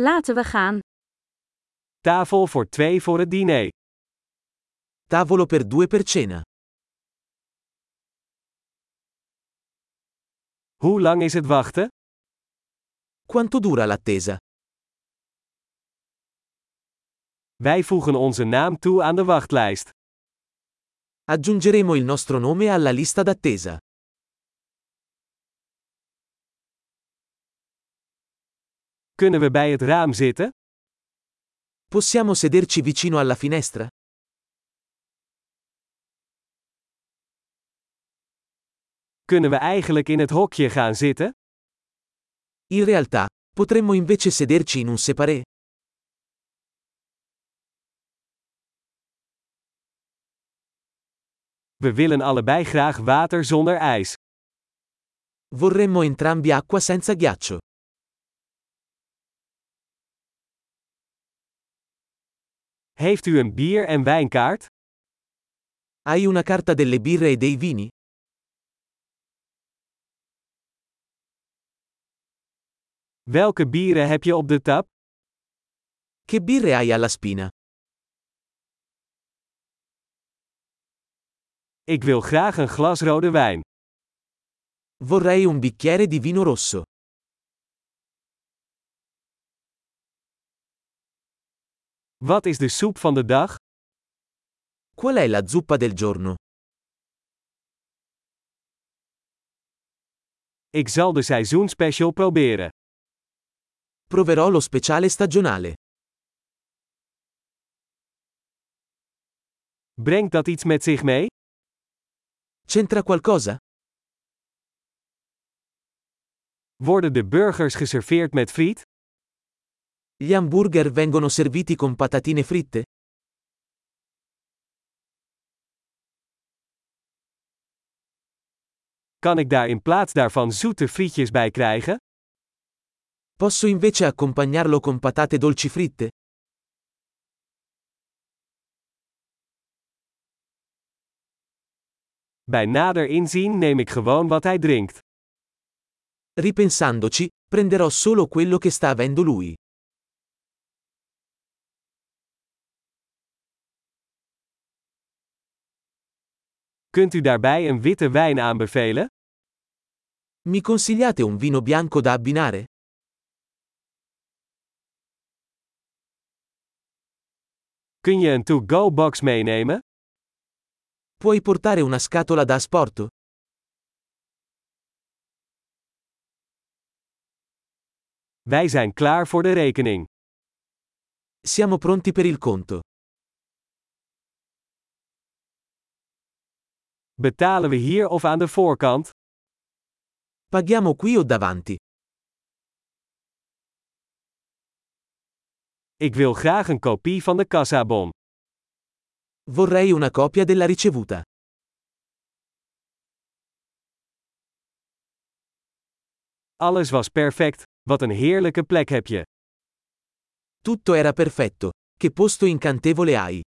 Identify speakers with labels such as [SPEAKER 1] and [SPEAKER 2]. [SPEAKER 1] Laten we gaan.
[SPEAKER 2] Tafel voor twee voor het diner.
[SPEAKER 3] Tavolo per due per cena.
[SPEAKER 2] Hoe lang is het wachten?
[SPEAKER 3] Quanto dura l'attesa?
[SPEAKER 2] Wij voegen onze naam toe aan de wachtlijst.
[SPEAKER 3] Aggiungeremo il nostro nome alla lista d'attesa.
[SPEAKER 2] Kunnen we bij het raam zitten?
[SPEAKER 3] Possiamo sederci vicino alla finestra?
[SPEAKER 2] Kunnen we eigenlijk in het hokje gaan zitten?
[SPEAKER 3] In realtà, potremmo invece sederci in un separé.
[SPEAKER 2] We willen allebei graag water zonder ijs.
[SPEAKER 3] Vorremmo entrambi acqua senza ghiaccio.
[SPEAKER 2] Heeft u een bier- en wijnkaart?
[SPEAKER 3] Hai una carta delle birre e dei vini?
[SPEAKER 2] Welke bieren heb je op de tap?
[SPEAKER 3] Che birre hai alla spina?
[SPEAKER 2] Ik wil graag een glas rode wijn.
[SPEAKER 3] Vorrei un bicchiere di vino rosso.
[SPEAKER 2] Wat is de soep van de dag?
[SPEAKER 3] Qual è la zuppa del giorno?
[SPEAKER 2] Ik zal de seizoenspecial proberen.
[SPEAKER 3] Proverò lo speciale stagionale.
[SPEAKER 2] Brengt dat iets met zich mee?
[SPEAKER 3] C'entra qualcosa?
[SPEAKER 2] Worden de burgers geserveerd met friet?
[SPEAKER 3] Gli hamburger vengono serviti con patatine fritte?
[SPEAKER 2] Kan ik daar in plaats daarvan zoete frietjes bij krijgen?
[SPEAKER 3] Posso invece accompagnarlo con patate dolci fritte?
[SPEAKER 2] Bij nader inzien neem ik gewoon wat hij drinkt.
[SPEAKER 3] Ripensandoci, prenderò solo quello che sta avendo lui.
[SPEAKER 2] Kunt u daarbij een witte wijn aanbevelen?
[SPEAKER 3] Mi consigliate un vino bianco da abbinare?
[SPEAKER 2] Kun je een to-go box meenemen?
[SPEAKER 3] Puoi portare una scatola da asporto?
[SPEAKER 2] Wij zijn klaar voor de rekening.
[SPEAKER 3] Siamo pronti per il conto.
[SPEAKER 2] Betalen we hier of aan de voorkant?
[SPEAKER 3] Paghiamo qui o davanti?
[SPEAKER 2] Ik wil graag een kopie van de kassabon.
[SPEAKER 3] Vorrei una copia della ricevuta.
[SPEAKER 2] Alles was perfect. Wat een heerlijke plek heb je.
[SPEAKER 3] Tutto era perfetto. Che posto incantevole hai!